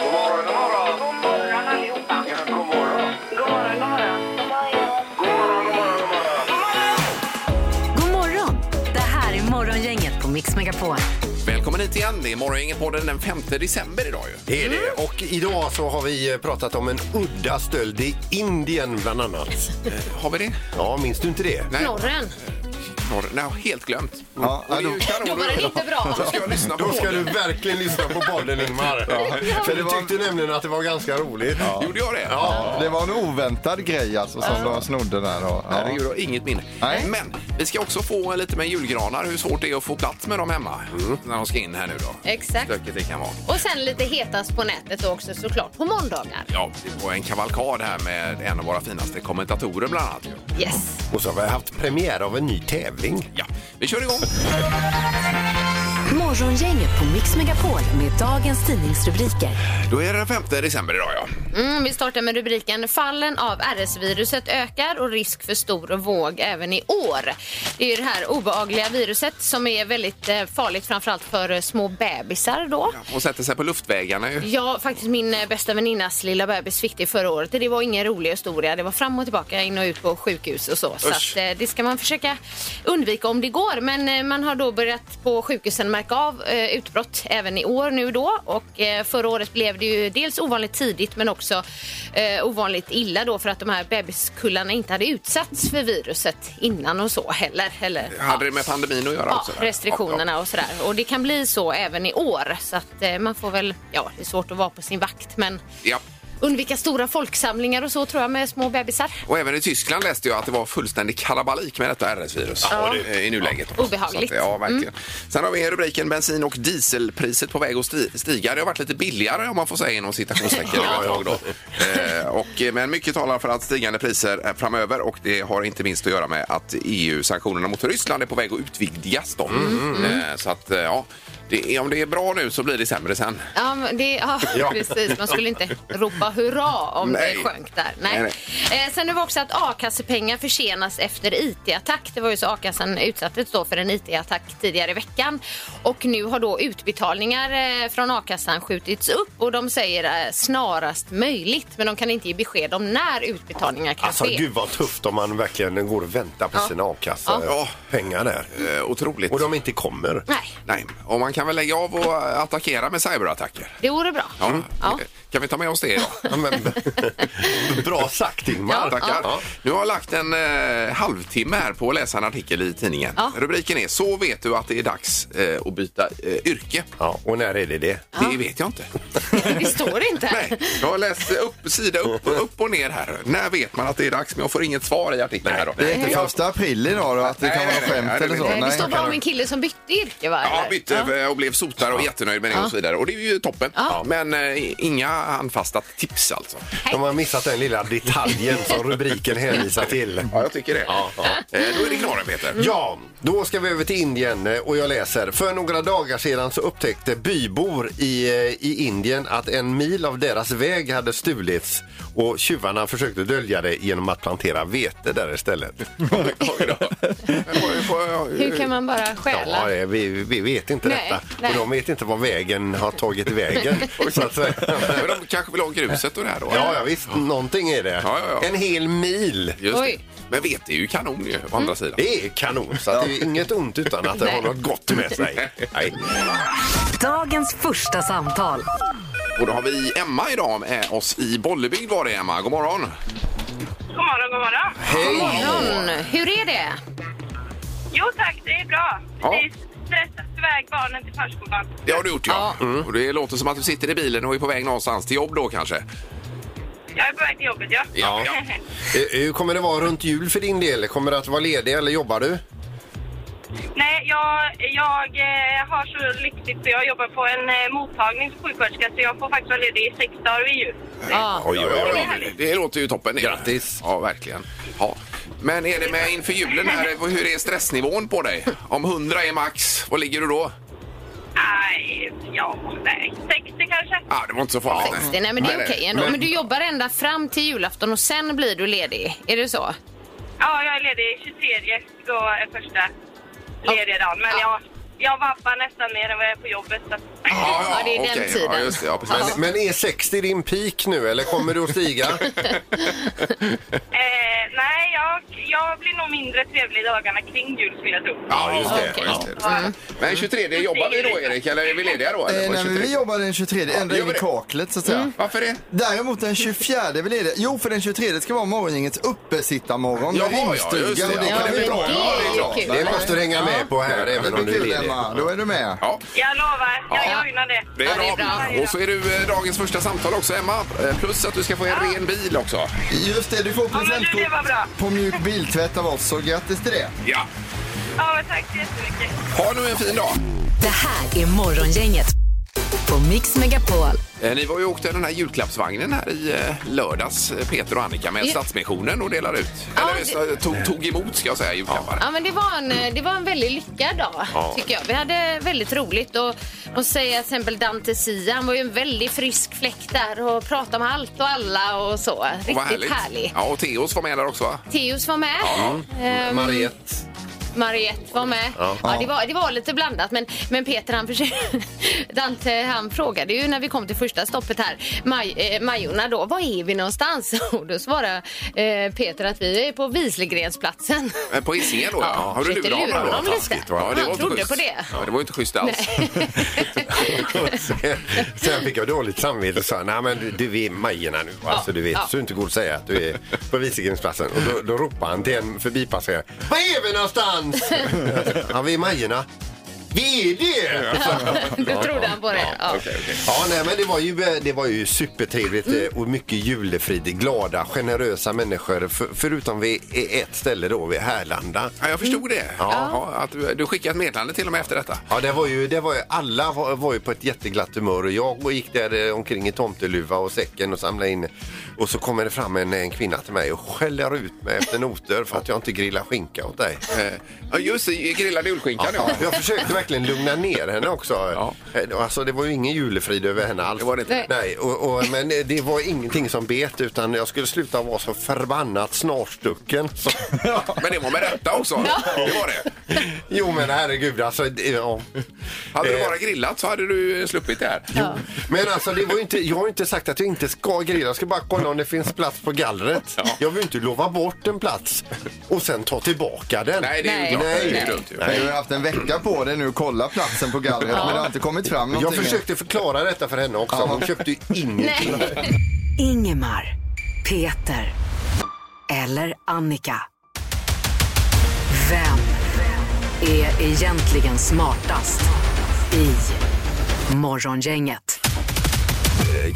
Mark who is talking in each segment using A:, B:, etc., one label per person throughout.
A: God morgon, god morgon.
B: God morgon allihopa.
A: Ja, god morgon.
B: God morgon, god morgon.
A: God morgon, god morgon, god morgon.
C: God morgon! Det här är Morgongänget på Mix Megapol.
D: Välkommen hit igen. Det är Morgongänget-podden den 5 december idag ju.
E: Det är det. Och idag så har vi eh, pratat om en udda stöld i Indien bland annat.
D: Har vi det?
E: Ja, minns du inte det?
D: Nej.
F: Knorren.
D: Norr. Nej, jag har helt glömt.
E: Ja,
D: Och det är
E: då-
D: ju kanon.
F: Då var den inte bra.
D: Då ska jag lyssna på
E: Då ska
D: den.
E: du verkligen lyssna på podden Ingmar. För du tyckte nämligen att det var ganska roligt.
D: Gjorde jag det?
G: Ja, det var en oväntad grej alltså som de snodde där. då.
D: Herregud,
G: Ja.
D: jag har inget minne.
G: Nej.
D: Men vi ska också få lite med julgranar, hur svårt det är att få plats med dem hemma när de ska in här nu då.
F: Mm. Exakt.
D: Stökigt det kan vara.
F: Och sen lite hetast på nätet då också såklart på måndagar.
D: Ja, det var en kavalkad här med en av våra finaste kommentatorer bland annat. ju.
F: Yes.
E: Och så har vi haft premiär av en ny tävling.
D: Ja, vi kör igång.
C: Morgongänget på Mix Megapol med dagens tidningsrubriker.
D: Då är det den 5 december idag ja.
F: Mm, vi startar med rubriken Fallen av RS-viruset ökar och risk för stor våg även i år. Det är ju det här obehagliga viruset som är väldigt eh, farligt framförallt för eh, små bebisar då.
D: Och sätter sig på luftvägarna ju.
F: Ja, faktiskt min eh, bästa väninnas lilla bebis fick det förra året. Det var ingen rolig historia. Det var fram och tillbaka, in och ut på sjukhus och så. Så
D: Usch.
F: att, eh, det ska man försöka undvika om det går. Men eh, man har då börjat på sjukhusen märka av eh, utbrott även i år nu då. Och eh, förra året blev det ju dels ovanligt tidigt men också eh, ovanligt illa då för att de här bebiskullarna inte hade utsatts för viruset innan och så heller. Eller,
D: Hade
F: ja.
D: det med pandemin att göra
F: Ja,
D: också? där?
F: restriktionerna
D: Ja,
F: och sådär. Och det kan bli så även i år. Så att eh, man får väl, ja det är svårt att vara på sin vakt men
D: ja. ja.
F: undvika stora folksamlingar och så tror jag med små bebisar.
D: Och även i Tyskland läste jag att det var fullständig kalabalik med detta RS-virus eh, i nuläget.
F: Ja, obehagligt.
D: Så att, ja, verkligen. Sen har vi rubriken bensin och dieselpriset på väg att sti- stiga. Det har varit lite billigare om man får säga inom citationstecken. ja. tag då. Eh, och, eh, men mycket talar för att stigande priser är framöver och det har inte minst att göra med att EU-sanktionerna mot Ryssland är på väg att utvidgas. Då. Eh, så att, eh, ja, det är, om det är bra nu så blir det sämre sen.
F: Ja, men det, ja,
E: Ja.
F: precis. Man skulle inte ropa hurra om
D: Nej.
F: det sjönk där. Nej.
D: Nej,
F: Eh, sen är det också att a-kassepengar försenas efter IT-attack. Det var ju så a-kassan utsattes då för en IT-attack tidigare i veckan. Och nu har då utbetalningar eh, från a-kassan skjutits upp och de säger eh, snarast möjligt. Men de kan inte ge besked om när utbetalningar kan
E: Alltså
F: ske.
E: gud vad tufft om man verkligen går och väntar på sina
D: Ja.
E: a-kassepengar där.
D: Eh, otroligt.
E: Och de inte kommer.
F: Nej,
D: Nej, och man kan väl lägga av och eh, attackera med cyberattacker.
F: det vore bra.
D: Ja.
G: Mm.
F: Ja.
D: Kan vi ta med oss det idag?
E: Ja, men, bra sagt Ingmar.
D: Tackar. Nu har jag lagt en eh, halvtimme här på att läsa en artikel i tidningen.
F: Ja.
D: Rubriken är Så vet du att det är dags eh, att byta eh, yrke.
E: Ja, och när är det det?
D: Det vet jag inte.
F: Det står inte.
D: Nej, jag har läst upp, sida upp, upp och ner här. När vet man att det är dags? Men jag får inget svar i artikeln. här då.
G: Det är inte första april idag då, att det
D: Nej,
G: kan vara
D: nej, nej, nej,
G: skämt
D: det
G: eller så?
D: blir-
F: Nej, Eh, det står
G: Nej.
F: bara om en kille som bytte yrke va?
D: Ja,
F: eller?
D: bytte eh, och blev sotare och jättenöjd med det och så vidare. Och det är ju toppen.
F: Ja.
D: Men eh, inga handfasta tips alltså.
E: De har missat den lilla detaljen som rubriken hänvisar till.
D: Ja, jag tycker det. Eh, Då är det knorren, Peter.
F: Mm.
E: Ja, då ska vi över till Indien eh, och jag läser. För några dagar sedan så upptäckte bybor i, eh, i Indien att en mil av deras väg hade stulits och tjuvarna försökte dölja det genom att plantera vete där istället.
D: Oj då. Men vad- vad-
F: Hur kan man bara
E: Ja,
F: stjäla?
E: eh, vi, vi vet inte
F: Nej,
E: detta
F: nej.
E: och de vet inte var vägen har tagit vägen. så att säga.
D: Men de kanske vill ha gruset och det här då?
E: Ja, ja, visst, någonting är det.
D: Ja, ja, ja.
E: En hel mil.
D: Just det.
F: Oj. Mm.
D: Men vete är ju kanon ju, å andra sidan.
E: Det är kanon, så att det är inget ont utan att det
F: Nej.
E: har något gott med sig. Nej.
C: Dagens första samtal.
D: Och då har vi Emma idag med oss i Bollebygd var det Emma. God morgon!
B: God morgon, god morgon.
F: Morgon. Hur är det?
B: Jo tack, det är bra.
D: Ja.
B: Vi stressat iväg barnen till förskolan.
D: Det har du gjort ja. Mm. Och det låter som att du sitter i bilen och är på väg någonstans till jobb då kanske?
B: Jag är på väg till jobbet, ja.
D: Ja.
E: Eh, Hur kommer det vara runt jul för din del? Kommer du att vara ledig eller jobbar du?
B: Nej, jag, jag eh, har så lyxigt för jag jobbar på en eh, mottagning som sjuksköterska så jag får faktiskt vara ledig i sex dagar vid jul.
F: Ja.
D: Oj, oj, oj. Det låter ju toppen.
E: Grattis.
D: Ja, verkligen. Ja. Men är det med inför julen här, hur är stressnivån på dig? Om 100 är max, vad ligger du då?
B: Nej, ja, nej. 60 kanske.
D: Ah, det var inte så farligt. nej.
F: 60. Nej, men det är
D: Nej,
F: okej ändå. Men du jobbar ända fram till julafton och sen blir du ledig. Är det så?
B: Ja, jag är ledig 23 då är första lediga dagen. Men
F: Ja.
B: ja, jag vabbar nästan mer än vad jag är på jobbet. Så. att-
F: Ja, det är den
D: okej. Ja,
F: tiden.
D: just det. Ja, precis.
E: Men, men är 60 din peak nu eller kommer du att stiga?
B: Eh, nej, jag, jag blir nog mindre trevlig dagarna kring jul skulle jag tro.
D: Ja, just det.
F: Okej.
D: Ja, just det. Men 23 jobbar vi då, Erik? Eller är vi lediga då? Eller?
G: Mm. Eh,
D: På
G: nej, men
D: 23?
G: vi jobbar den 23, ända
D: gör
G: in
D: vi
G: i
D: det? Mm.
G: kaklet så att säga.
D: Varför det?
G: Däremot den 24 är vi lediga. Jo, för den 23 ska vara morgongängets uppesittarmorgon med
D: Jaha, ja, just
G: rimstuga.
D: det.
G: och det
D: Ja,
G: kan
D: det
G: vi
D: blir
G: dra.
D: bra. Ja, det är klart.
F: kul.
E: Det måste du hänga med på här även
G: Det
E: om du
G: blir
E: är
G: kul,
E: ledig.
G: Emma. Då är du med.
D: Ja.
B: Jag lovar, jag
F: Ja.
B: joinar det.
D: Det är,
F: Ja, det är
D: bra.
B: bra.
D: Och så är du eh, dagens första samtal också, Emma. Eh, Plus att du ska få en ren bil också.
G: Just det, du får
B: men du, det var
G: presentkort
B: bra.
G: på mjuk biltvätt av oss, så grattis till det.
D: Ja.
B: Ja, men tack så jättemycket.
D: Ha nu en fin dag.
C: Det här är Morgongänget på Mix Megapol.
D: Eh, Ni var ju och åkte den här julklappsvagnen här i eh, lördags, eh, Peter och Annika, med
F: Ja.
D: Stadsmissionen och delar ut.
F: Ja,
D: Eller
F: det-
D: eh, tog, tog emot, ska jag säga, julklappar.
F: Ja, men det, var en, eh, det var en väldigt lyckad dag,
D: Ja.
F: tycker jag. Vi hade väldigt roligt. Och, och säga till exempel Dante Sia, han var ju en väldigt frisk fläkt där och pratade om allt och alla och så.
D: Och
F: Riktigt härlig.
D: Ja, och Theos var med där också, va?
F: Theoz var med. Ehm,
E: Mariette.
F: Mariette var med. Ja. det, var, det var lite blandat, men, men Peter han försökte... Dante han frågade ju när vi kom till första stoppet här, Maj, eh, Majorna då, var är vi någonstans? Och då svarade eh, Peter att vi är på Vislegrensplatsen.
D: Eh, På Hisingen då, ja. Har du
F: försökte
D: lurat
F: lura
D: honom?
F: honom
D: då?
F: lite.
D: Taskigt, va? Ja, det
F: Han
D: var inte
F: trodde
D: schysst.
F: på det.
D: Ja, det var inte schysst alls.
E: Sen- Sen fick jag dåligt samvete och sa nej men du, du är Majerna nu. Alltså du vet,
F: ja.
E: så du inte går att säga att du är på Visegrindsplatsen. Och då, då ropar han till en förbipasserare. Var är vi någonstans? ja, vi är Majerna. Vi är det!
F: Då trodde han på det. Ja.
E: Ja, nej, men det var ju, eh, det var ju supertrevligt eh, och mycket julefrid. Glada, generösa människor. För, förutom vid e-, ett ställe då, vid Härlanda.
D: Ja, jag förstod det. Ja. att du, du skickade ett meddelande till och med efter detta.
E: Ja, det var ju, det var ju, alla var, var ju på ett jätteglatt humör och jag gick där eh, omkring i tomteluva och säcken och samlade in. Och så kommer det fram en, en kvinna till mig och skäller ut mig efter noter för att jag inte grillar skinka åt dig.
D: Eh, Ja, just det. Grillad julskinka nu.
E: Ja, jag försökte verkligen lugna ner henne också.
D: Ja.
E: Eh, Alltså, det var ju ingen julefrid över henne alls.
D: Det var det inte.
E: Nej, och, och, men eh, det var ingenting som bet utan jag skulle sluta vara så förbannat snarstucken. Så,
D: Men det var med rätta också. Det var det.
E: jo men herregud alltså. det- Ja.
D: Hade du
E: Eh,
D: bara grillat så hade du sluppit det här.
E: Men alltså, det var ju inte, jag har ju inte sagt att jag inte ska grilla. Jag ska bara kolla om det finns plats på gallret. Jag vill ju inte lova bort en plats och sen ta tillbaka den.
D: Nej, det är ju
F: Nej.
D: klart. Det
E: Nej.
D: är ju dumt ju.
G: Men du har haft en vecka på dig nu att kolla platsen på gallret, men det har inte kommit fram någonting.
E: Jag försökte förklara detta för henne också. Hon köpte ju ingenting.
C: Ingemar, Peter eller Annika. Vem är egentligen smartast i Morgongänget?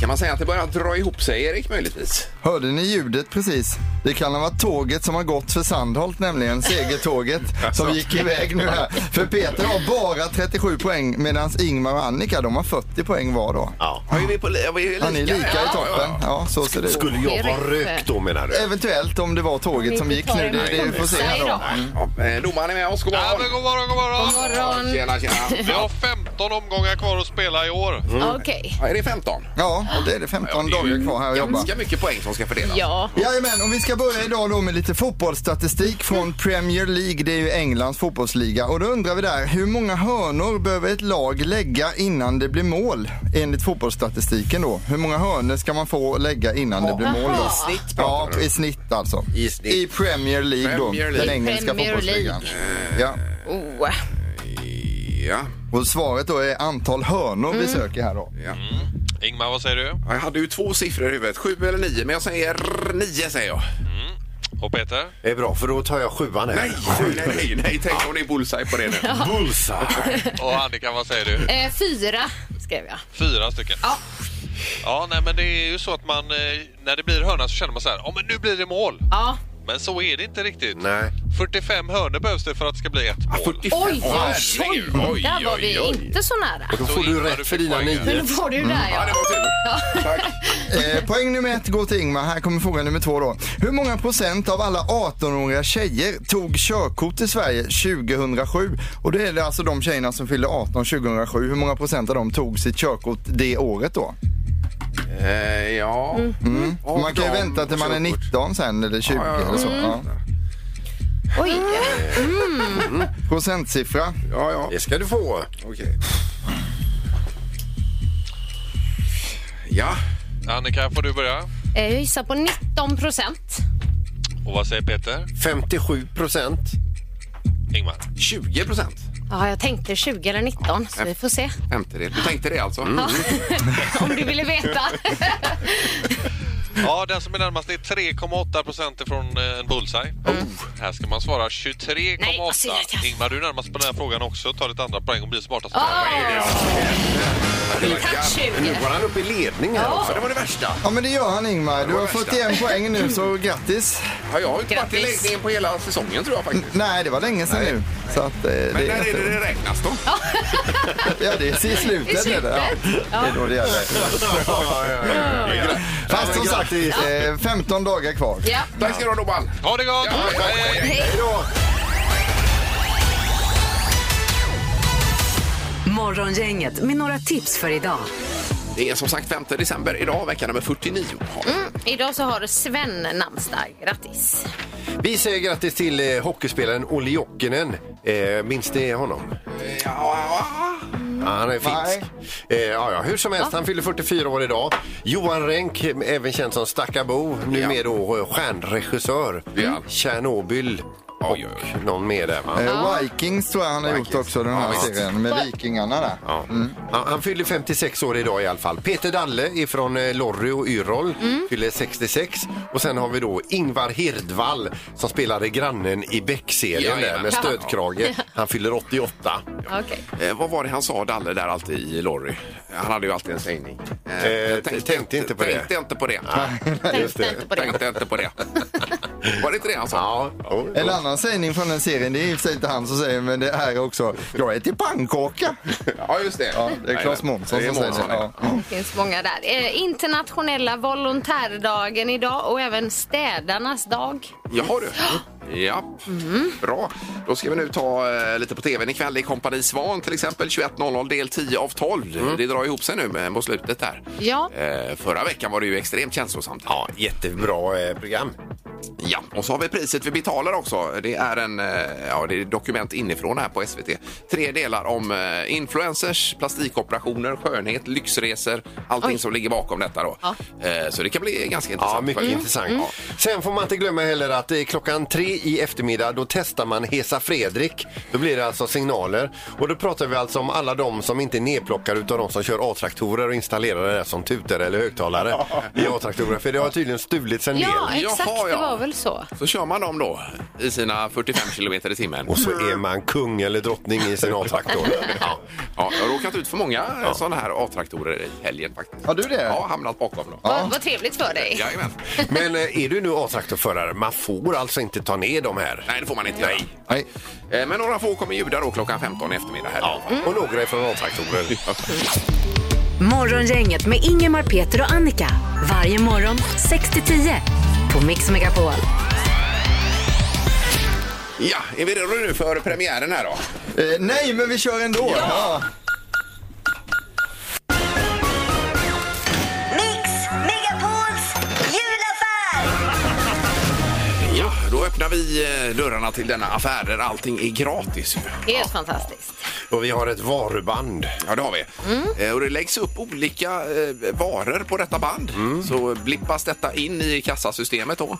D: Kan man säga att det börjar dra ihop sig, Erik, möjligtvis?
G: Hörde ni ljudet precis? Det kan ha varit tåget som har gått för Sandholt nämligen, segertåget som gick iväg nu här. För Peter har bara 37 poäng medan Ingmar och Annika de har 40 poäng var då.
E: Ja.
D: Är vi på, är vi lika?
G: Han är lika
D: Ja,
G: i toppen.
D: ja, ja.
G: Ja, så ser det ut.
E: Skulle jag vara rökt då menar du?
G: Eventuellt om det var tåget som gick nu, det, det vi får se här då.
D: Ja, eh, Domaren är med oss. God
H: Ja,
D: morgon!
H: men god morgon, god morgon.
F: God morgon.
D: Tjena, tjena.
H: Vi har 15 omgångar kvar att spela i år.
F: Okej.
D: Ja, Är det 15?
G: Ja, och det är det 15 dagar kvar här att jobba.
D: Ganska mycket poäng som ska fördelas.
F: Ja.
G: Jajamän, och vi ska börja idag då med lite fotbollsstatistik från Premier League. Det är ju Englands fotbollsliga. Och då undrar vi där, hur många hörnor behöver ett lag lägga innan det blir mål? Enligt fotbollsstatistiken då. Hur många hörnor ska man få lägga innan det blir mål då?
D: I snitt
G: Ja,
D: pratar du.
G: i snitt alltså.
E: I snitt.
G: I Premier League då,
D: Premier League.
G: den engelska
F: Premier
G: fotbollsligan. Ja.
F: Oh.
D: Ja.
G: Och svaret då är antal hörnor
D: Mm.
G: vi söker här då.
D: ja.
H: Ingmar, vad säger du?
D: Ja, Jag hade ju två siffror i huvudet, sju eller nio, men jag säger nio säger jag.
H: Och Peter?
E: Det är bra för då tar jag sjuan här.
D: Nej, nej, nej, nej. tänk om det är bullseye på det nu.
E: Bullseye!
H: Och Annika, vad säger du?
F: Eh, fyra skrev jag.
H: Fyra stycken. Ja. Ja, nej men det är ju så att man, eh, när det blir hörna så känner man så här, ja men nu blir det mål.
F: Ja.
H: Men så är det inte riktigt.
E: Nej.
H: 45 hörnor behövs det för att det ska bli ett mål.
D: 45.
F: Oj,
D: Åh,
F: oj, oj.
D: herregud. Oj,
F: Där var
D: oj,
F: vi
D: oj.
F: inte så nära.
E: Då får
H: Så
E: du
H: Ingmar,
E: rätt
H: du
E: för
H: fick
E: dina
H: poängen.
E: nio.
F: Då får du där
D: Ja,
F: ja.
D: det var tur. Tack.
G: Eh, poäng nummer ett går till Ingmar. Här kommer fråga nummer två då. Hur många procent av alla 18-åriga tjejer tog körkort i Sverige 2007? Och det är det alltså de tjejerna som fyllde 18 2007. Hur många procent av dem tog sitt körkort det året då?
D: Eh, ja.
F: Mm.
G: Man kan ju vänta till man är 19 sen eller 20
D: Ja, Mm. ja, ja.
G: eller så. Ja.
F: Oj.
G: Procentsiffra.
D: Ja, ja.
E: Det ska du få.
D: Okej. Eh, Ja,
H: Annika, får du börja?
F: Eh, Jag gissar på 19 procent.
H: Och vad säger Peter?
E: 57 procent.
H: Ingmar?
D: 20 procent.
F: Ja, jag tänkte 20 eller 19, så vi får se
D: Femtedel. Du tänkte det alltså?
F: Mm. om du ville veta.
H: Ja, den som är närmast är 3,8 procent ifrån eh, en bullseye. Här ska man svara 23,8.
F: Nej, vad synd att jag-
H: Ingmar, du är närmast på den här frågan också. Ta ditt andra poäng och blir smartast.
F: Tack 20.
E: Nu går han upp i ledning här också. Det var det värsta.
G: Ja, men det gör han Ingmar. Du har
D: värsta.
G: 41 poäng nu, så grattis.
D: Ja, jag har ju inte varit i
F: Grattis.
D: ledningen på hela säsongen tror jag faktiskt.
G: Nej, det var länge sedan nu. Så att, eh,
D: Men
G: det,
D: när är det det räknas då?
G: Ja, det är i slutet.
F: I slutet.
G: Är det, ja. det är då det gäller. Fast som sagt, eh, 15 dagar kvar.
F: Ja.
D: Tack ska du ha Robban.
H: Ha det gott!
D: Ja, ja,
H: Hej, hej.
F: Hej.
C: Morgongänget med några tips för idag.
D: Det är som sagt 5 december idag, vecka nummer 49.
F: Mm. Idag så har Sven namnsdag. Grattis.
E: Vi säger grattis till eh, hockeyspelaren Olli Jokinen. Eh, minns ni honom?
D: Ja,
E: Ja, han är finsk. Eh, ja, ja, hur som helst, han fyller 44 år idag. Johan Renck, eh, även känd som Stakkarbo, numera då eh, stjärnregissör.
D: Ja.
E: Tjernobyl och
D: Oj, oj,
E: någon mer där. Va?
G: Eh, Vikings tror jag han har gjort också, den här
E: Ja, visst.
G: serien med vikingarna där.
E: Ja. Han, han fyller 56 år idag i alla fall. Peter Dalle ifrån eh, Lorry och Yrrol
D: Mm.
E: fyller 66. Och sen har vi då Ingvar Hirdvall som spelade grannen i Beck-serien
D: Ja,
E: där
D: ja.
E: med stödkrage. Han fyller 88.
F: Okej.
D: Eh, vad var det han sa, Dalle, där alltid i Lorry? Han hade ju alltid en sägning. Eh,
E: Eh, tänkte inte på det.
D: Tänkte inte på det.
F: Tänkte inte på det.
D: Tänkte inte på det. Var det inte det han sa?
E: Ja, jo,
G: En annan sägning från den serien, det är i och för sig inte han som säger men det är också Jag är till pannkaka!
D: Ja, just det.
G: Ja, det är Claes Månsson
D: Det är
G: som säger det.
D: Månsson,
G: Ja.
F: Det finns många där. Eh, internationella volontärdagen idag och även städarnas dag.
D: Jaha du. Ja, bra. Då ska vi nu ta eh, lite på tvn ikväll i Kompani Svan till exempel 21.00 del 10 av 12. Det drar ihop sig nu med- på slutet där.
F: Ja.
D: Eh, förra veckan var det ju extremt känslosamt. Ja.
E: jättebra eh, program.
D: ja. Och så har vi priset vi betalar också. Det är en eh, ja, det är dokument inifrån här på SVT. Tre delar om eh, influencers, plastikoperationer, skönhet, lyxresor. Allting som ligger bakom detta då.
F: Ja.
D: Eh, så det kan bli ganska intressant.
E: Ja, mycket intressant. Sen får man inte glömma heller att eh, klockan tre i eftermiddag då testar man Hesa Fredrik. Då blir det alltså signaler. Och då pratar vi alltså om alla de som inte är nedplockare utan de som kör A-traktorer och installerar det där som tutor eller högtalare i A-traktorer. För det har tydligen stulits en
F: Ja,
E: del.
F: exakt.
D: Jaha,
F: Det
D: ja.
F: var väl så.
D: Så kör man dem då i sina 45 kilometer i timmen.
E: Och så är man kung eller drottning i sin A-traktor. Ja.
D: Ja, jag har råkat ut för många sådana här A-traktorer i helgen faktiskt.
G: Har du det?
D: Ja, hamnat bakom dem.
F: Vad, vad trevligt för dig.
D: Jajamän.
E: Men eh, är du nu A-traktorförare, man får alltså inte ta ner de här.
D: Nej, det får man inte göra.
G: Nej.
D: Eh, Men några få kommer ljuda då klockan 15 i eftermiddag här.
E: Ja. Och några är från A-traktorer.
C: Morgongänget med Ingemar, Peter och Annika. Varje morgon 6 till 10 på Mix Megapol.
D: Ja, är vi redo nu för premiären här då?
G: Eh, nej, men vi kör ändå! Ja.
I: Mix Megapols julaffär!
D: Ja, då öppnar vi eh, dörrarna till denna affär där allting är gratis. ju.
F: Det är helt fantastiskt.
E: Och vi har ett varuband.
D: Ja, det har vi. Eh, Och det läggs upp olika eh, varor på detta band. Så blippas detta in i kassasystemet då.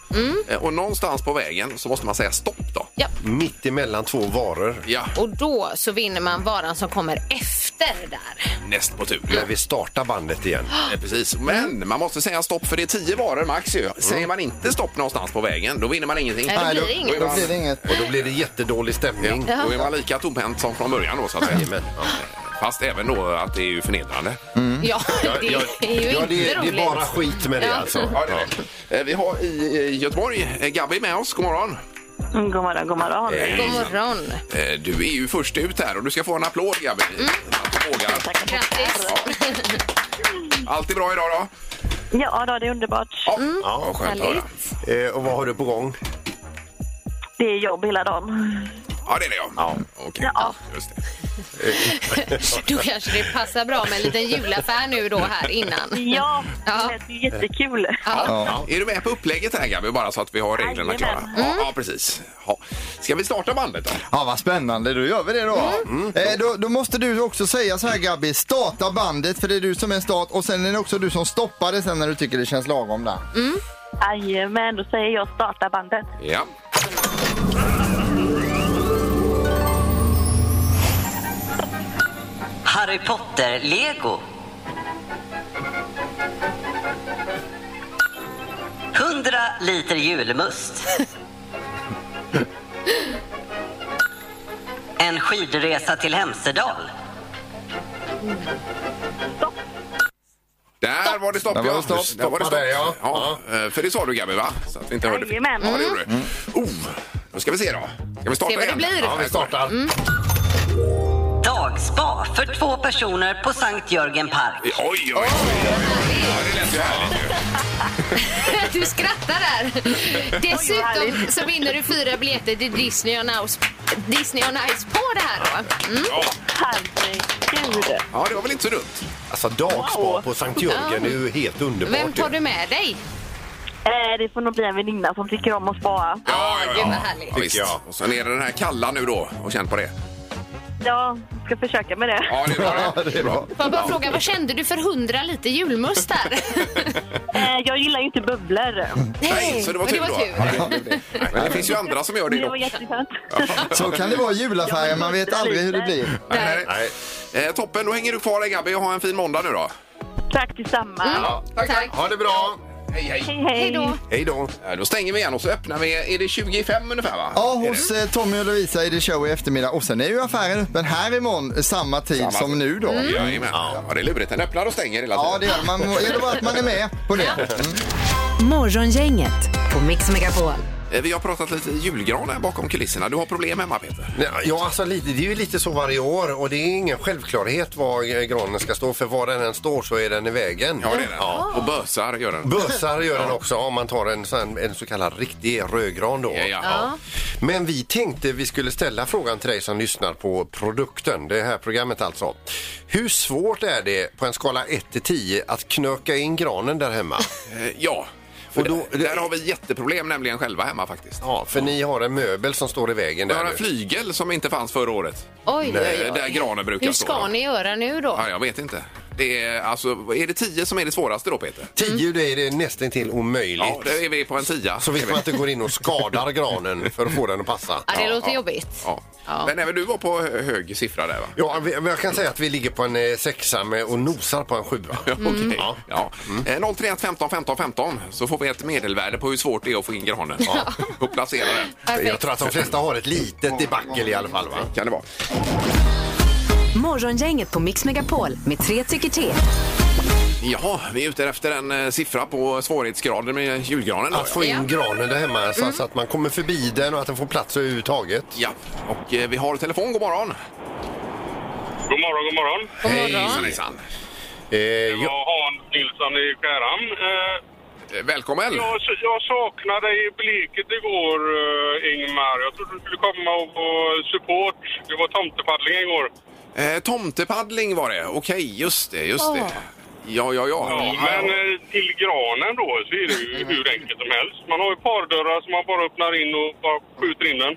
D: Eh, Och någonstans på vägen så måste man säga stopp då.
F: Ja.
E: Mitt emellan två varor.
D: Ja,
F: Och då så vinner man varan som kommer efter där.
D: näst på tur.
E: när vi startar bandet igen.
D: Eh, Precis, men man måste säga stopp för det är tio varor max ju. Säger man inte stopp någonstans på vägen, då vinner man ingenting.
F: Nej, då
G: Nej,
F: blir det inget.
G: då, då blir det inget.
E: Och då blir det jättedålig stämning.
F: Ja.
D: Då är man lika tomhänt som från början då så att säga.
E: Jajamän.
D: Ja. Fast även då att det är ju förnedrande.
F: Ja, det är ju
E: Mm. ja,
F: inte
E: det, är-
F: roligt.
E: det är bara skit med det alltså.
D: Ja, det är det. Eh, Vi har i eh, Göteborg eh, Gabby med oss, god morgon.
B: Mm, God morgon, god morgon.
F: God morgon.
D: Eh, Du är ju först ut här och du ska få en applåd Gabby. Att du vågar.
F: Grattis.
D: Allt är bra idag då?
B: Ja, då, det är underbart.
D: Ja, ja skönt att höra.
E: Ja. Eh, och vad har du på gång?
B: Det är jobb hela dagen.
D: Ja, det är det ja. Okej,
B: Ja.
D: just det.
F: Då kanske det passar bra med en liten julaffär nu då här innan.
B: Ja,
F: Ja.
B: det lät ju jättekul.
G: Ja.
D: Är du med på upplägget här Gabby? Bara så att vi har reglerna
B: Jajamän.
D: klara. Ja, ja, precis. Ja. Ska vi starta bandet då?
G: Ja, vad spännande. Då gör vi det då.
D: Mm.
G: Eh, då. Då måste du också säga så här Gabby, starta bandet för det är du som är start och sen är det också du som stoppar det sen när du tycker det känns lagom där.
D: Mm.
B: Jajamän, då säger jag starta bandet.
D: Ja.
I: Harry Potter-lego. Hundra liter julmust. En skidresa till Hemsedal.
D: Där var det stopp
G: Där var det
D: ja.
G: stopp.
D: Där var det stopp.
E: Där, ja.
D: Ja. eh, För det sa du Gabby va? Så att vi inte hörde fel.
B: Jajamän.
D: Ja, det gjorde du. Oh, då ska vi se då. Ska vi starta
F: Se vad det
D: igen?
F: blir.
D: Ja, vi startar.
G: Mm.
I: Dagspa för två personer på Sankt Jörgen Park.
D: Oj, oj, oj. Ja, det lät ju härligt ju.
F: Du skrattar där. Dessutom så vinner du fyra biljetter till Disney on Ice, Disney on Ice på det här då. Mm.
D: Ja.
B: Herregud.
D: ja, det var väl inte så dumt.
E: Alltså dagspa
B: Wow.
E: på Sankt Jörgen är ju helt underbart.
F: Vem tar du med dig?
B: Eh, det får nog bli en väninna som tycker om att spara.
D: Ja,
F: gud vad härligt.
D: Ja, visst.
E: jag.
D: Och sen är det den här kalla nu då och känn på det.
B: Ja, ska försöka med det.
D: Ja, det är bra.
G: Ja, det är
D: Mm.
G: bra.
F: Får jag bara fråga, vad kände du för hundra liter julmust där?
B: Eh, jag gillar ju inte bubblor.
D: Nej, så det var
F: men
D: tur
F: det var
D: då.
F: tur.
D: Men det finns ju andra som gör det
B: Det var
D: dock.
B: jätteskönt.
G: Så kan det vara i julaffären, man vet aldrig hur det blir.
D: Nej.
E: Nej.
D: Eh, toppen, då hänger du kvar där Gabby och ha en fin måndag nu då.
B: Tack detsamma.
E: Ja, tack, tack.
F: Tack.
E: Ha det bra.
D: Hej, hej.
B: Hej, hej.
F: Hej då.
D: Hej då. Eh, Då stänger vi igen och så öppnar vi, är det 25 ungefär va?
G: Ja, hos eh, Tommy och Lovisa är det show i eftermiddag och sen är ju affären öppen här imorgon eh, samma tid
D: Samma
G: som
D: tid. Mm.
G: nu då.
D: Jajamän. Ja, det är lurigt. Den öppnar och stänger hela tiden.
G: Ja, det gör man. Det gäller bara att man är med på det. Mm.
C: Morgongänget på Mix Megapol.
D: Eh, Vi har pratat lite julgran här bakom kulisserna. Du har problem hemma Peter.
E: Nej, Ja, alltså, lite, det är ju lite så varje år och det är ingen självklarhet var eh, granen ska stå för var den än står så är den i vägen.
D: Ja, det är det.
E: Ah.
D: Och bösar gör den.
E: Bössar gör den också om man tar en, sån- en så kallad riktig rödgran då.
D: Ja, ja. Ja.
E: Men vi tänkte vi skulle ställa frågan till dig som lyssnar på produkten, det här programmet alltså. Hur svårt är det på en skala 1 till 10 att knöka in granen där hemma?
D: Eh, Ja. För
E: Och då-
D: där, där har vi jätteproblem nämligen själva hemma faktiskt.
E: Ja, för ni har en möbel som står i vägen
D: Vi
E: där
D: har en
E: nu.
D: flygel som inte fanns förra året.
F: Oj, oj,
D: Eh, Där
F: oj.
D: granen brukar
F: Hur
D: stå.
F: ska
D: då.
F: ni göra nu då?
D: Ja, jag vet inte. Det är, alltså, är det 10 som är det svåraste då Peter?
E: 10 det är det nästan till omöjligt.
D: Ja, då är vi på en 10.
E: Så vitt man inte går in och skadar granen för att få den att passa.
F: Ja, det låter
D: ja.
F: jobbigt.
D: Ja.
F: Ja.
D: Men även du var på hö- hög siffra där va?
E: Ja, vi- men jag kan säga att vi ligger på en eh, sexa med och nosar på en sjua.
D: Okej.
E: Ja.
D: Ja. Eh, 031 15 15 15 så får vi ett medelvärde på hur svårt det är att få in granen och placera den.
E: Jag tror att de flesta har ett litet debacle i alla fall. Va?
D: Kan det vara.
C: Morgongänget på Mix Megapol med tre tycker till.
D: Ja, vi är ute efter en eh, siffra på svårighetsgraden med julgranen. Då,
E: Att få in granen där hemma så, så att man kommer förbi den och att den får plats överhuvudtaget.
D: ja. ja, och eh, vi har telefon. God morgon!
A: God morgon, god morgon.
F: God
D: Hejsan,
F: morgon.
D: hejsan.
E: Eh,
A: Det
E: ja,
A: var Hans Nilsson i Skärhamn. Eh,
D: Eh, Välkommen!
A: Jag, jag saknade dig i Bleket igår, eh, Ingmar. Jag trodde du skulle komma och vara support. Det var tomtepaddling igår.
D: Eh, tomtepaddling var det. Okej, just det, just det. Ja, ja, ja.
A: Ja, men eh, till granen då så är det ju hur enkelt som helst. Man har ju pardörrar som man bara öppnar in och bara skjuter in den.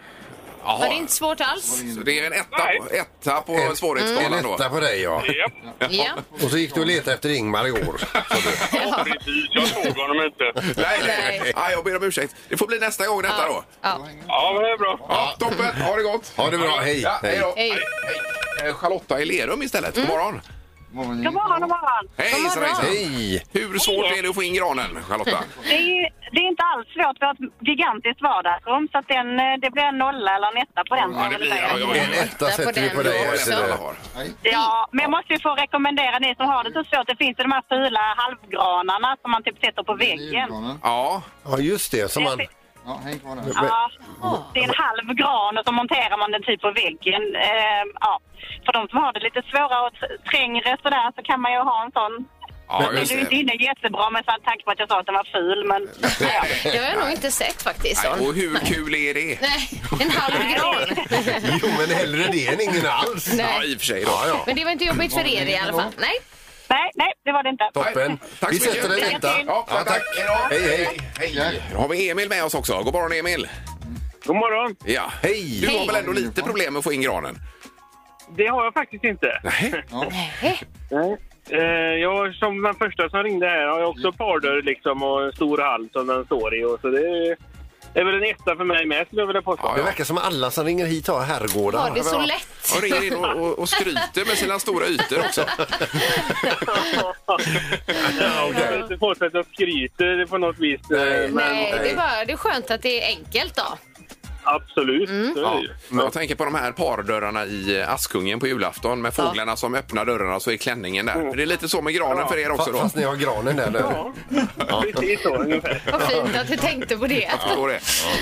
D: Jaha.
F: Var det inte svårt alls?
D: Så det är en etta,
A: Nej.
D: etta på
E: en
D: svårighetsskalan då.
E: mm, etta på dig ja.
A: Japp,
F: Ja.
E: Och så gick du och letade efter Ingmar igår. sa du.
F: Ja.
A: precis. Jag såg honom inte.
D: Nej, nej.
F: Nej.
D: Ah, jag ber om ursäkt. Det får bli nästa gång detta då.
F: Ja.
A: Ja, men det är bra.
D: Ja, toppen, ha det gott!
E: Ha det bra, hej.
D: Ja, hej då.
F: Hej. Mm.
D: Hej. Eh, Charlotta i Lerum istället. God morgon!
B: God morgon, god morgon.
D: Hejsan, hejsan!
E: Hej!
D: Hur svårt är det att få in granen, Charlotta?
B: Det är, ju- det är inte alls svårt. Vi har ett gigantiskt vardagsrum så att den, eh, det blir en nolla eller en etta på den.
D: Ja, det blir- ja, ja,
E: En etta
F: Där på
E: sätter vi på
F: den
E: dig.
F: då
E: här,
F: också.
E: ser du.
D: Alla har.
B: Ja, men jag måste ju få rekommendera ni som har det så svårt. Det finns ju de här fula halvgranarna som man typ sätter på väggen.
D: Ja,
E: Ja, just det. Som man...
G: Ja, häng kvar där.
B: Ja, det är en halv gran och så monterar man den typ på väggen. Ehm, Eh, ja. För de som har det lite svårare och t- trängre sådär så kan man ju ha en sån
D: Ja,
B: Men
D: just
B: du är inte
D: det.
B: inne jättebra med tanke på att jag sa att den var ful. Men, ja.
F: Det har jag nog inte sett faktiskt.
D: Nej, Och hur kul är det?
F: Nej, en halv gran.
E: Jo, men hellre det än ingen alls.
D: Ja,
F: Nej.
D: i och för sig. Då.
E: Ja, ja.
F: Men det var inte jobbigt för er i alla fall. Nej.
B: nej, nej, det var det inte.
E: Toppen.
D: Tack
E: Vi
D: så mycket.
E: sätter den etta.
D: Ja, tack.
E: Hej, hej.
D: Hej. Då har vi Emil med oss också. God morgon, Emil.
A: God morgon.
D: Ja.
E: Hej.
D: Du har väl ändå lite problem med att få in granen?
A: Det har jag faktiskt inte.
D: Nej.
F: Nej.
A: Nej. Eh, Jag, som den första som ringde här har jag också pardörr liksom och en stor hall som den står i. Och så det är väl en etta för mig med skulle jag vilja påstå.
E: Det verkar som att alla som ringer hit har
F: Var det
E: herrgårdar.
F: så lätt?
D: Och ringer in och, och, och skryter med sina stora ytor också.
A: Jag kan inte påstå att jag skryter på något vis.
E: Nej.
A: eh, Men
F: Nej, det är, bara, det är skönt att det är enkelt då.
A: absolut, så är det
D: Ja.
A: ju.
D: Jag tänker på de här pardörrarna i eh, Askungen på julafton med fåglarna som öppnar dörrarna så är klänningen där. Det är lite så med granen för er också
E: Fa-
D: då.
E: Mm. Fast ni har granen där nu.
A: Precis så ungefär.
F: Vad fint att du tänkte på det. Ja,
D: Förstår det.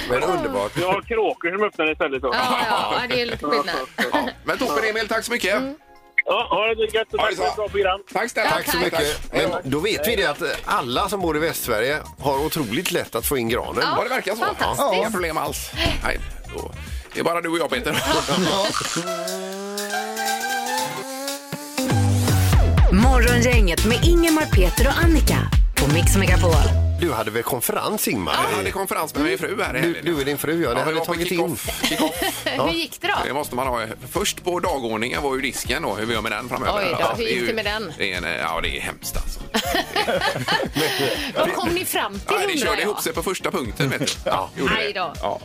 E: Men underbart.
A: Jag har kråkor som öppnar istället. Då.
F: ja, ja det är lite skillnad.
D: Ja. Men toppen Emil, tack så mycket.
A: Ja, ha det gött och
D: Ha
A: tack
D: det
A: för ett
D: så.
A: bra program.
D: Tack snälla.
E: Tack så mycket. Men då vet vi det att alla som bor i Västsverige har otroligt lätt att få in granen.
D: Ja, det verkar så.
F: Fantastiskt.
D: Ja, Inga problem alls. Nej, då. Det är bara du och jag, Peter.
C: Morgongänget med Ingemar, Peter och Annika på Mix Megapol.
E: Du hade väl konferens Ingmar?
D: Jag hade konferens med min fru här i
E: Du,
D: helgen.
E: du och din fru, ja. Det
D: Ja,
E: har
D: vi
E: vi
D: var på
E: tagit in.
D: kick-off. Kick-off.
F: Hur gick det
D: Det
F: då?
D: måste man ha. Först på dagordningen var ju disken och hur vi gör med den framöver.
F: Oj då,
D: Ja,
F: hur
D: är
F: gick det
D: ju-
F: med den?
D: Det är en, ja, det är hemskt alltså.
F: Vad kom ni fram till
D: Ja, det
F: undrar
D: körde
F: jag?
D: ihop sig på första punkten vet du. Ja, gjorde
F: Aj då.
D: Ja.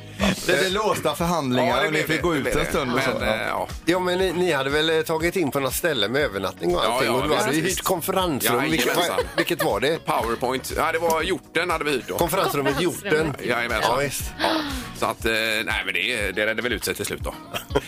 G: Det blev låsta förhandlingar och ni
D: blev
G: fick gå
D: det
G: ut
D: blev
G: en
D: det.
G: stund och så.
D: Men, eh, ja.
E: Ja, men ni, ni hade väl eh, tagit in på något ställe med övernattning och
D: Ja,
E: allting?
D: ja,
E: och du hade ju
D: visst.
E: hyrt konferensrum.
D: Ja,
E: vilket, var,
D: jajamensan.
E: vilket var det?
D: Powerpoint. Ja, det var hjorten hade vi hyrt då.
E: Konferensrummet Hjorten.
F: Konferensrummet.
D: Jajamensan.
E: Ja, visst.
D: Ja, så att, eh, nej men det, det redde väl ut sig till slut då.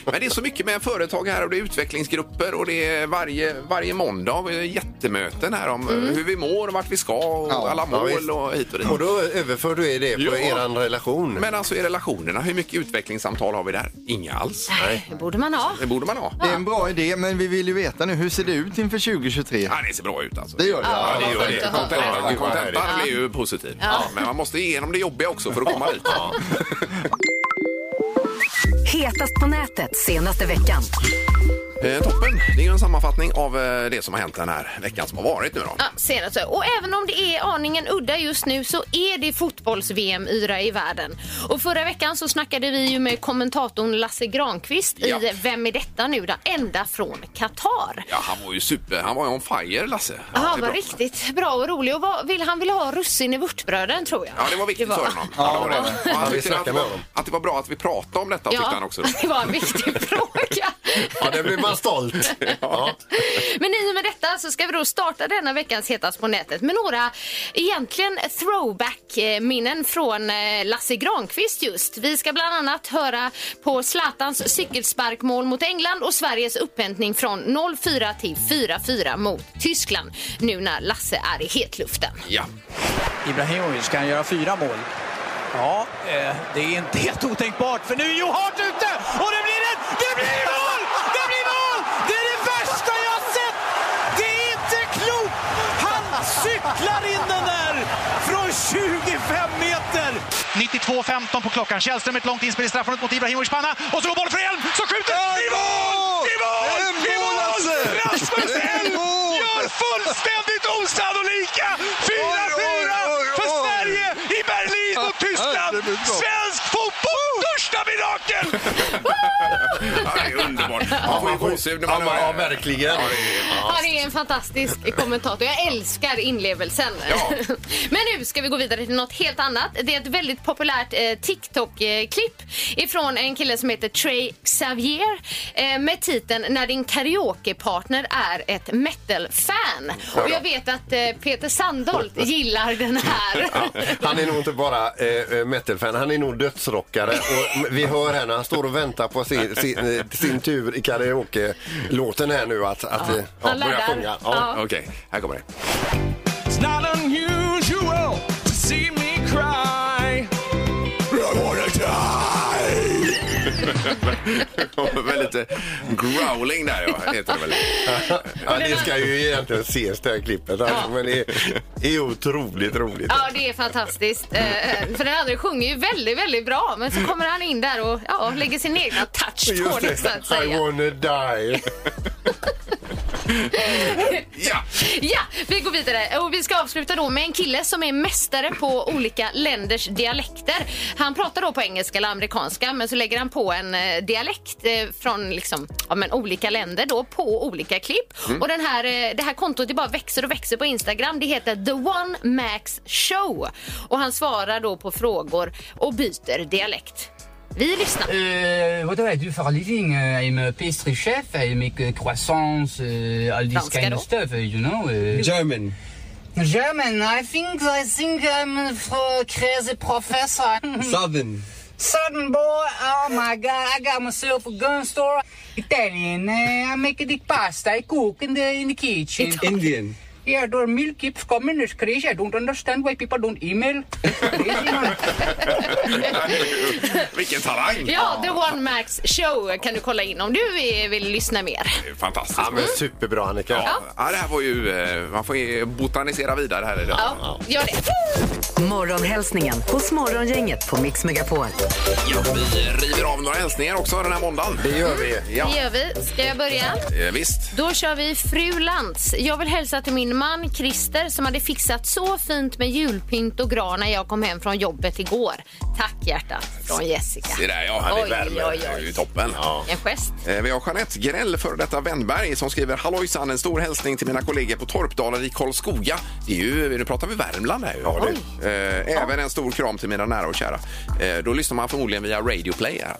D: Men det är så mycket med företag här och det är utvecklingsgrupper och det är varje, varje måndag har vi jättemöten här om eh, hur vi mår och vart vi ska och
G: Ja,
D: alla
E: ja,
D: mål
E: visst. Mm.
D: och hit och dit.
E: Och då överför du er det på
D: Ja.
E: eran relation.
D: Men alltså i relationerna, hur mycket utvecklingssamtal har vi där? Inga alls.
F: Nej, det borde man ha.
D: Det borde man ha.
G: Det är en bra idé, men vi vill ju veta nu, hur ser det ut inför 2023?
D: Ja, det ser bra ut alltså.
G: Det gör det.
D: Ja, det gör
F: skönt
D: det.
F: att höra.
D: Kontentan-
E: Ja, gud, vad
D: Kontentan blir ju positiv. Ja, Men man måste igenom det jobbiga också för att komma dit.
C: Hetast på nätet senaste veckan.
D: Eh, toppen! Det är ju en sammanfattning av eh, det som har hänt den här veckan som har varit nu då.
F: Ja, senast. Och även om det är aningen udda just nu så är det fotbolls-VM yra i världen. Och förra veckan så snackade vi ju med kommentatorn Lasse Granqvist
D: Ja.
F: i Vem är detta nu då? Ända från Qatar.
D: Ja, han var ju super. Han var ju on fire, Lasse.
F: Ja, han
D: det
F: var
D: är bra.
F: riktigt bra och rolig. Och vad, vill, han ville ha russin i vörtbröden tror jag.
D: Ja, det var viktigt för honom.
G: Ja,
D: det var
G: det var
D: det. Och Han
E: vi
D: tyckte att, det
E: snackade med
D: var,
E: honom.
D: att det var bra att vi pratade om detta, tyckte han också.
F: det var en viktig fråga.
E: Ja, det blir man stolt. Ja.
F: Men i och med detta så ska vi då starta denna veckans Hetast på nätet med några egentligen throwback-minnen från eh, Lasse Granqvist just. Vi ska bland annat höra på Zlatans cykelsparkmål mot England och Sveriges upphämtning från 0-4 till 4-4 mot Tyskland nu när Lasse är i hetluften.
D: Ja.
J: Ibrahimovic, kan han göra fyra mål? Ja, eh, det är inte helt otänkbart, för nu är Johart ute! Och det blir ett... Det blir mål! Det blir mål! Det är det värsta jag har sett! Det är inte klokt! Han cyklar in den där från 25 meter! 92.15 på klockan. Källström ett långt inspel i straffområdet mot Ibrahimovic panna. Och så går bollen för Elm som skjuter! I mål! I mål! I mål! Rasmus Elm gör fullständigt osannolika 4-4 för Sverige i Berlin mot Tyskland! Svensk fotbolls största mirakel!
D: ja, det är underbart. Man får ju gåshud när man
E: Ja,
D: hör det.
E: verkligen.
F: Han är en fantastisk kommentator. Jag älskar inlevelsen.
D: Ja.
F: Men nu ska vi gå vidare till något helt annat. Det är ett väldigt populärt eh, TikTok-klipp ifrån en kille som heter Trey Xavier eh, med titeln När din karaokepartner är ett metal-fan. Och jag vet att eh, Peter Sandholt gillar den här.
E: Han är nog inte bara eh, metal-fan, han är nog dödsrockare. Och vi hör här när han står och väntar på sin, sin, eh, sin tur i karaoke-låten här nu att, att eh, ja,
F: Han
E: börja
F: laddar.
E: sjunga. Ja.
F: Ja.
D: Okej, här kommer det.
J: It's not unusual to see me cry. I wanna die!
D: Väldigt eh, growling där, ja, heter det väl.
E: Ja, det ska ju egentligen ses det här klippet. Alltså, men det är, är otroligt roligt.
F: Ja, det är fantastiskt. Eh, eh, För den andra sjunger ju väldigt, väldigt bra. Men så kommer han in där och ja, lägger sin egna touch på det, så att
E: I
F: säga.
E: wanna die.
D: Ja,
F: Ja, vi går vidare. Och vi ska avsluta då med en kille som är mästare på olika länders dialekter. Han pratar då på engelska eller amerikanska, men så lägger han på en eh, dialekt eh, från liksom, ja, men olika länder då på olika klipp. Och den här, eh, det här kontot det bara växer och växer på Instagram. Det heter The One Max Show. Och han svarar då på frågor och byter dialekt. Vi lyssnar.
J: Uh, what do I do for a living? Uh, I'm a pastry chef. I make uh, croissants, uh, all this
F: Franska
J: kind
F: då?
J: of stuff. uh, you know. Uh, German. German. I think I think I'm a fr- crazy professor. Southern. Southern boy. Oh my god! I got myself a gun store. Italian. Uh, I make the pasta. I cook in the in the kitchen. Indian. Yeah, the meal keeps coming. It's crazy. I don't understand why people don't email. It's crazy, man.
D: vilken talang!
F: Ja, The One Max Show kan du kolla in om du eh, vill lyssna mer.
D: Fantastiskt.
E: Ja, men superbra Annika.
D: Ja. ja, det här var ju... eh, Man får ju botanisera vidare här idag.
F: Ja, gör det.
C: Morgonhälsningen hos Morgongänget på Mix Megapol.
D: Ja, vi river av några hälsningar också den här måndagen.
E: Det gör vi.
D: Ja,
F: Det gör vi. Ska jag börja?
D: eh, visst.
F: Då kör vi Fru Lantz. Jag vill hälsa till min man Christer som hade fixat så fint med julpynt och gran när jag kom hem från jobbet igår. Tack hjärtat från Jessica.
D: Det där, ja. Det
F: Oj,
D: värmer.
F: oj, oj.
D: Det är ju toppen.
F: En gest.
D: Eh, Vi har Jeanette Grell, före detta Wennberg, som skriver Hallojsan, en stor hälsning till mina kollegor på Torpdalen i Karlskoga. Det är ju, nu pratar vi Värmland här ju. Eh, Även en stor kram till mina nära och kära. Eh, Då lyssnar man förmodligen via Radio Play här.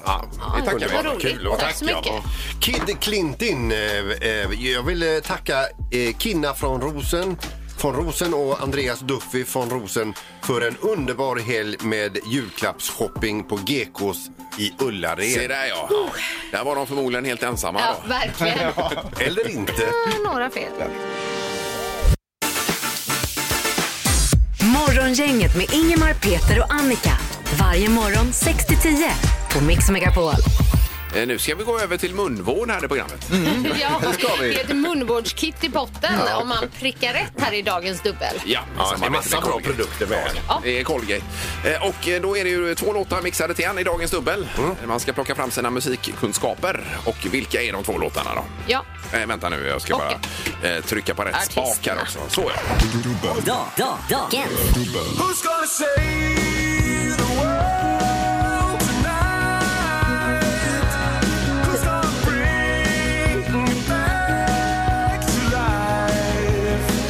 D: det tackar
F: vad
D: vi.
F: roligt.
D: Kul.
F: Tack så mycket.
E: ja. Kid Clintin. eh, eh, Jag vill eh, tacka eh, Kinna från Rosen från Rosen och Andreas Duffy från Rosen för en underbar helg med julklappsshopping på Gekos i
D: Se
E: Ullared.
D: där ja. Där var de förmodligen helt ensamma
F: Oh. Ja,
D: då.
F: verkligen. Ah,
E: Eller inte.
F: Några fel.
C: Morgongänget med Ingemar, Peter och Annika. Varje morgon 6 till 10 på Mix Megapol.
D: Eh, Nu ska vi gå över till munvård här i programmet.
F: Mm. Ja,
G: ska vi.
F: det är ett munvårdskit i botten om man prickar rätt här i dagens dubbel.
D: Ja,
E: Ja, det är massa bra produkter med.
D: Det är Colgate. Eh, Och eh, då är det ju två låtar mixade till en i dagens dubbel.
E: Mm.
D: Man ska plocka fram sina musikkunskaper. Och vilka är de två låtarna då?
F: Ja.
D: Eh, vänta nu, jag ska
F: Okej.
D: bara eh, trycka på rätt
F: Artisterna.
D: spak här också. Så ja.
I: Dag, dag, dagen.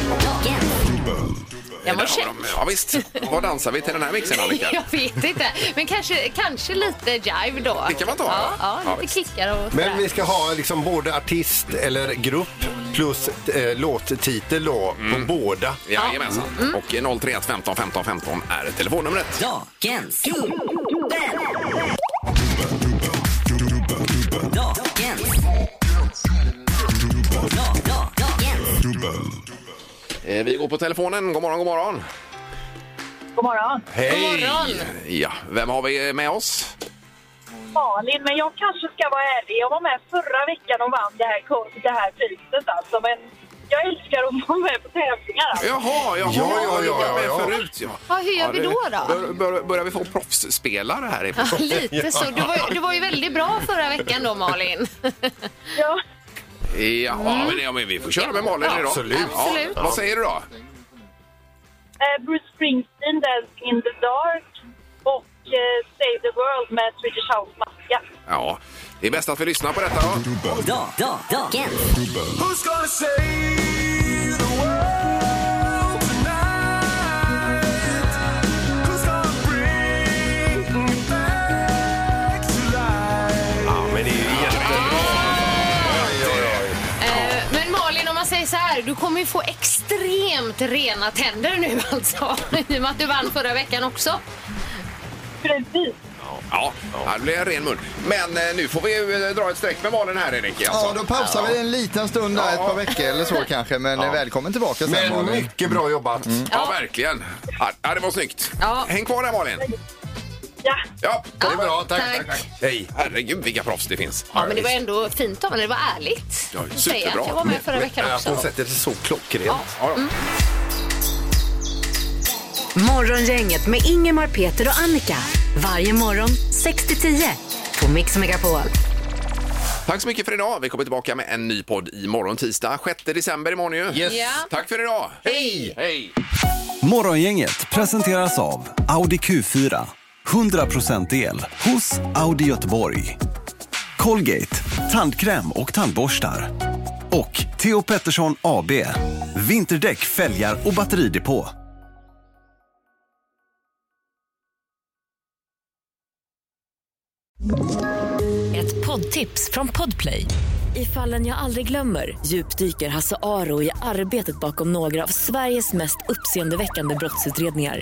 I: Dagen.
D: Där
F: Jag mår
D: har
F: käck.
D: de- eh, Ja, visst. Vad dansar vi till den här mixen, Annika?
F: Jag vet inte, men kanske, kanske lite jive då.
D: Det kan man ta,
F: Ja,
D: ja.
F: ja,
D: Ja,
F: lite kickar och sådär.
E: Men vi ska ha liksom både artist eller grupp plus eh, låttitel då
F: Mm.
E: på båda.
D: Jajamensan. Och eh, 031 15 15 15 är telefonnumret.
I: Dagens dubbel. Dagens. Dag, dag, dagens.
D: Eh, Vi går på telefonen. God morgon, god morgon.
B: God morgon.
F: God morgon!
D: Ja, vem har vi med oss?
B: Malin, men jag kanske ska vara ärlig. Jag var med förra veckan och vann det här, kon- det här priset. Alltså, men jag älskar att vara med på tävlingar. Alltså.
D: Jaha, jaha,
E: ja, ja,
D: du var
E: ja,
D: med
E: ja.
D: förut. Ja.
F: Ja, hur gör vi
D: det-
F: då, då?
D: Bör, bör, börjar vi få proffsspelare här? i-
F: Lite så. Du var, ju- du var ju väldigt bra förra veckan då, Malin.
B: Ja.
D: Ja, men, ja, men vi får köra med Malin idag.
E: Absolut.
F: Mm. Absolut.
D: Ja, vad säger du då?
B: Eh, Bruce Springsteen, Dancing in the Dark och eh, Save the World med Swedish House Mafia.
D: Ja, det är bäst att vi lyssnar på detta då.
I: Dag, dag, dagens.
E: Ja, men det är ju jättebra.
F: Eh, Men Malin, om man säger så här, du kommer ju få extremt rena tänder nu alltså. I och med att du vann förra veckan också.
B: Precis.
D: Ja, ja, det blir en ren mun. Men eh, nu får vi ju eh, dra ett streck med Malin här, Erik. Alltså.
G: Ja, då pausar vi en liten stund där, ett par veckor eller så kanske. Men eh, välkommen tillbaka sen
E: Men
G: Malin.
J: Mm.
E: mycket bra jobbat.
D: Ja, verkligen. Ja, det var snyggt.
F: Ja.
D: Häng kvar där, Malin.
B: Ja.
D: Ja,
J: Det är bra, tack.
F: Tack.
J: tack. tack.
D: hej. Herregud vilka proffs det finns.
F: Ja, men det var ändå fint av henne. Det var ärligt.
D: Ja,
F: att säga
D: superbra.
F: att Jag var med förra veckan
J: Att
F: också. Mm.
J: hon sätter sig så klockrent.
D: Ja, då.
C: Morgongänget med Ingemar, Peter och Annika. Varje morgon 6 till 10 på Mix Megapol.
D: Tack så mycket för idag. Vi kommer tillbaka med en ny podd imorgon tisdag. 6 december imorgon ju.
J: Yes.
F: Ja.
D: Tack för idag.
J: Hej!
D: Hej!
K: Morgongänget presenteras av Audi Q4. 100% el hos Audi Göteborg. Colgate, tandkräm och tandborstar. Och Theo Pettersson AB, vinterdäck, fälgar och batteridepå.
L: Ett poddtips från Podplay. I fallen jag aldrig glömmer djupdyker Hasse Aro i arbetet bakom några av Sveriges mest uppseendeväckande brottsutredningar.